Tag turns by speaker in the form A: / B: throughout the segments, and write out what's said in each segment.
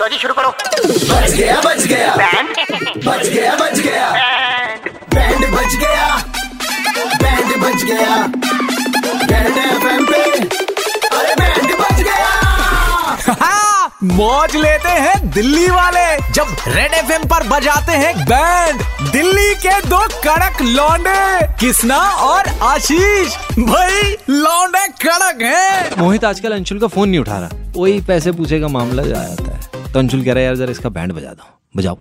A: लो जी शुरू करो
B: बच गया बच गया
A: बैंड
B: बच गया बच गया
A: बैंड
B: बैंड बच गया बैंड बच गया बैंड एफएम पे अरे बैंड बच गया
C: हाँ, मौज लेते हैं दिल्ली वाले जब रेड एफ पर बजाते हैं बैंड दिल्ली के दो कड़क लौंडे कृष्णा और आशीष भाई लौंडे कड़क हैं
D: मोहित आजकल अंशुल का फोन नहीं उठा रहा वही पैसे पूछे का मामला जा जाता है तो अंशुल कह रहा है यार जरा इसका बैंड बजा दो बजाओ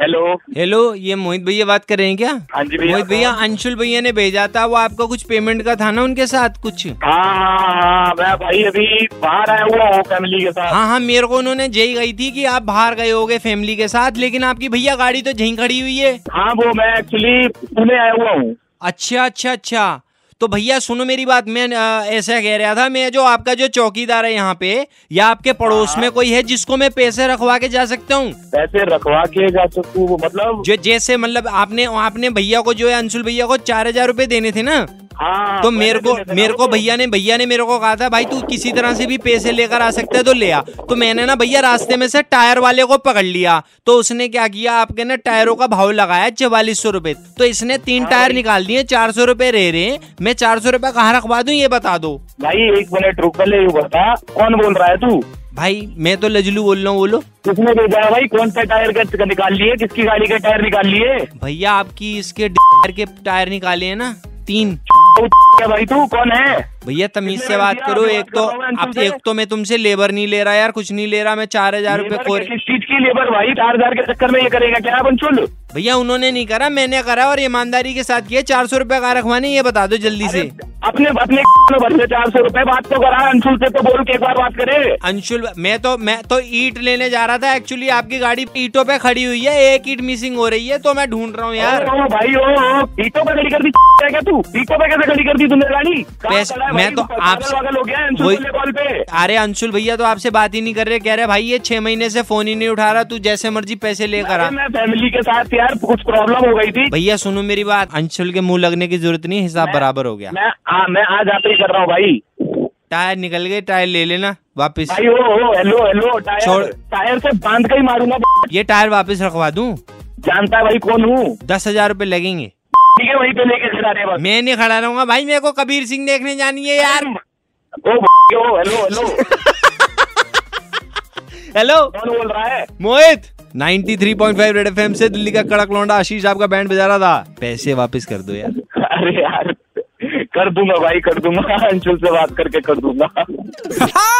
E: हेलो
D: हेलो ये मोहित भैया बात कर रहे हैं क्या
E: हाँ जी भैया।
D: मोहित भैया अंशुल भैया ने भेजा था वो आपका कुछ पेमेंट का था ना उनके साथ कुछ
E: हाँ हाँ हाँ मैं भाई अभी बाहर आया हुआ हूँ फैमिली के साथ
D: हाँ हाँ मेरे को उन्होंने यही गई थी कि आप बाहर गए होगे फैमिली के साथ लेकिन आपकी भैया गाड़ी तो यहीं खड़ी हुई है
E: हाँ वो मैं एक्चुअली पुणे आया हुआ हूँ
D: अच्छा अच्छा अच्छा तो भैया सुनो मेरी बात मैं अ, ऐसा कह रहा था मैं जो आपका जो चौकीदार है यहाँ पे या आपके पड़ोस में कोई है जिसको मैं पैसे रखवा के जा सकता हूँ
E: पैसे रखवा के जा सकूँ वो मतलब
D: जो जैसे मतलब आपने आपने भैया को जो है अंशुल भैया को चार हजार रूपए देने थे ना
E: हाँ
D: तो मेरे
E: मैंने
D: को
E: भी देखा
D: मेरे को
E: वो।
D: भैया ने भैया ने मेरे को कहा था भाई तू किसी तरह से भी पैसे लेकर आ सकता है तो ले आ तो मैंने ना भैया रास्ते में से टायर वाले को पकड़ लिया तो उसने क्या किया आपके ना टायरों का भाव लगाया चवालीस सौ रूपये तो इसने तीन
E: हाँ
D: टायर निकाल दिए चार सौ रूपये रह रहे हैं। मैं चार सौ रूपये कहाँ रखवा दूं ये बता दो
E: भाई एक मिनट रुक पहले ये बता कौन बोल रहा है तू
D: भाई मैं तो लजलू बोल रहा हूँ बोलो
E: किसने भेजा है भाई कौन सा टायर का निकाल लिए किसकी गाड़ी का टायर निकाल लिए
D: भैया आपकी इसके टायर के टायर निकाले हैं ना तीन
E: तू क्या भाई तू कौन है
D: भैया तमीज
E: कितने
D: से
E: में
D: बात
E: दिया?
D: करो
E: अभी
D: एक
E: बात
D: तो
E: कर रहा हूँ
D: आप
E: अंशुल से।
D: एक तो मैं तुमसे लेबर नहीं ले रहा यार कुछ नहीं ले रहा मैं चार हजार रूपये
E: लेबर
D: खोरे
E: किस चीज की लेबर भाई चार हजार के चक्कर में ये करेगा क्या बंचुल
D: भैया उन्होंने नहीं करा मैंने करा और ईमानदारी के साथ किया चार सौ रूपये कहा रखवाने ये बता दो जल्दी से
E: अपने अपने में भर ले चार सौ रूपए बात तो करा अंशुल से तो बोल के एक बार बात करे
D: अंशुल मैं तो मैं तो ईट लेने जा रहा था एक्चुअली आपकी गाड़ी ईटों पे खड़ी हुई है एक ईट मिसिंग हो रही है तो मैं ढूंढ रहा हूँ यार
E: ओ भाई ओ ओ, पीठों पे खड़ी कर दी है क्या तू पीठों पे कैसे खड़ी कर दी तूने गाड़ी कहाँ
D: वैसे-
E: खड़ा है
D: मैं
E: भाई?
D: तो
E: पागल
D: आपसे-
E: वागल हो गया है अंशुल
D: वही-
E: के कॉल पे
D: अरे अंशुल भैया तो आपसे बात ही नहीं कर रहे कह रहे भाई ये छह महीने से फोन ही नहीं उठा रहा तू जैसे मर्जी पैसे लेकर आ
E: अरे मैं फैमिली के साथ यार कुछ प्रॉब्लम हो गई थी
D: भैया सुनो मेरी बात अंशुल के मुंह लगने की जरूरत नहीं हिसाब बराबर हो गया
E: मैं आ, मैं आज आते ही कर रहा हूँ भाई
D: टायर निकल गए टायर ले लेना वापस
E: भाई ओ ओ हेलो हेलो
D: छोड़।
E: टायर टायर से बांध के ही मारूंगा
D: ये टायर वापस रखवा दूं
E: जानता है भाई कौन हूँ
D: दस हजार रूपए लगेंगे
E: ठीक है वहीं पे लेके खड़ा रहे बस
D: मैं नहीं खड़ा रहूंगा भाई मेरे को कबीर सिंह देखने जानी है यार
E: ओ ओ हेलो हेलो
D: हेलो
E: कौन बोल रहा है
D: मोहित 93.5 रेड एफएम से दिल्ली का कड़क लौंडा आशीष आपका बैंड बजा रहा था पैसे वापस कर दो यार
E: अरे यार कर दूंगा भाई कर दूंगा अंशुल से बात करके कर दूंगा
C: हाँ,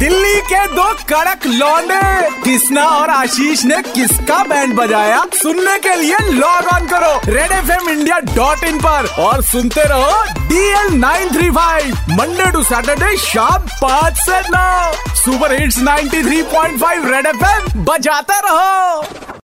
C: दिल्ली के दो कड़क लौंडे कृष्णा और आशीष ने किसका बैंड बजाया सुनने के लिए लॉग ऑन करो red F M India dot in पर और सुनते रहो DL nine three five Monday to Saturday शाम पाँच से नौ super hits 93.5 red F M बजाते रहो